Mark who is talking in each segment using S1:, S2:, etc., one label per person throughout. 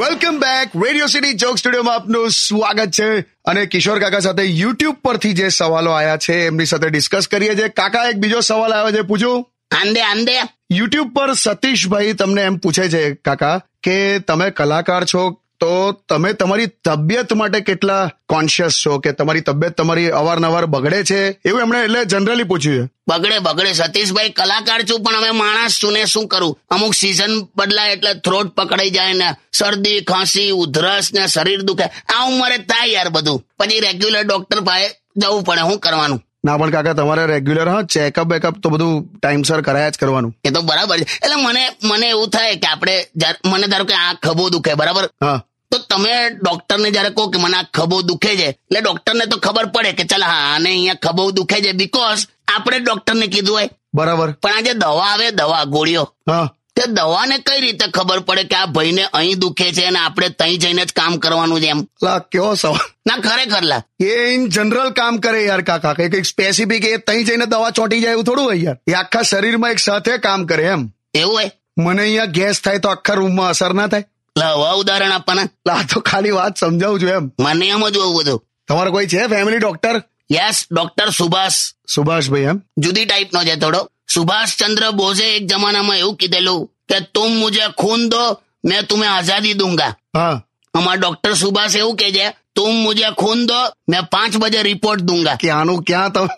S1: welcome back radio city joke સ્ટુડિયોમાં આપનું સ્વાગત છે અને કિશોર કાકા સાથે યુટ્યુબ પરથી જે સવાલો આયા છે એમની સાથે ડિસ્કસ કરીએ છીએ કાકા એક બીજો સવાલ આવ્યો છે પૂછું
S2: આંદે આંદે
S1: યુટ્યુબ પર સતીશભાઈ તમને એમ પૂછે છે કાકા કે તમે કલાકાર છો તો તમે તમારી તબિયત માટે કેટલા કોન્શિયસ છો કે તમારી તબિયત તમારી અવારનવાર બગડે છે એવું એમણે એટલે જનરલી પૂછ્યું છે
S2: બગડે બગડે સતીશભાઈ કલાકાર છું પણ હવે માણસ છું ને શું કરું અમુક સીઝન બદલાય એટલે થ્રોટ પકડાઈ જાય ને શરદી ખાંસી ઉધરસ ને શરીર દુખે આ ઉંમરે થાય યાર બધું પછી રેગ્યુલર ડોક્ટર પાસે જવું પડે શું કરવાનું
S1: ના પણ કાકા તમારે રેગ્યુલર હા ચેકઅપ બેકઅપ તો બધું ટાઈમસર કરાયા જ કરવાનું
S2: એ તો બરાબર છે એટલે મને મને એવું થાય કે આપણે જ્યારે- મને ધારો કે આ ખભો દુખે બરાબર
S1: હા
S2: તો તમે ડોક્ટરને જયારે કહો કે મને આ ખભો દુખે છે એટલે ડોક્ટરને તો ખબર પડે કે ચાલ હા આને અહીંયા ખભો દુખે છે બીકોઝ આપણે ડોક્ટરને કીધું હોય
S1: બરાબર
S2: પણ આ જે દવા આવે દવા ગોળીઓ
S1: હા
S2: તે દવાને કઈ રીતે ખબર પડે કે આ ભાઈને અહીં દુખે છે અને આપણે ત્યાં જઈને જ કામ કરવાનું છે એમ
S1: લા કેવો સવાલ
S2: ના ખરેખર લા
S1: એ ઇન જનરલ કામ કરે યાર કાકા કે કંઈક સ્પેસિફિક એ તઈ જઈને દવા ચોંટી જાય એવું થોડું હોય યાર એ આખા શરીરમાં એક સાથે કામ કરે એમ
S2: એવું હોય
S1: મને અહીંયા ગેસ થાય તો આખા રૂમમાં અસર ના થાય
S2: લા હવા ઉદાહરણ આપવાના
S1: એટલે આ તો ખાલી વાત સમજાવું છું એમ
S2: મને એમ જ હોવું બધું
S1: તમારો કોઈ છે family doctor
S2: yes doctor Subhash
S1: સુભાષભાઈ એમ
S2: જુદી ટાઈપનો છે થોડો સુભાષ ચંદ્ર બોઝે એક જમાનામાં એવું કીધેલું કે તુમ મુજે ખૂન દો મેં તુમે આઝાદી દૂંગા
S1: હા
S2: અમારા ડોક્ટર સુભાષ એવું કે છે તુમ મુજે ખૂન દો મેં પાંચ બજે રિપોર્ટ દૂંગા
S1: કે આનું ક્યાં તમે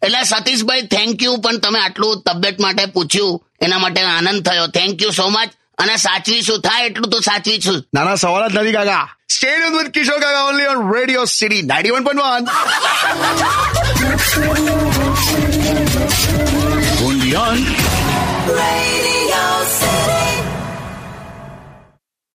S2: એટલે સતીશભાઈ થેન્ક યુ પણ તમે આટલું તબિયત માટે પૂછ્યું એના માટે આનંદ થયો થેન્ક યુ સો મચ અને સાચવીશું થાય એટલું તો સાચવીશું
S1: નાના સવાલ જ નથી કાકા સ્ટેડિયમ વિથ કિશોર કાકા only on radio city ninety one
S3: Radio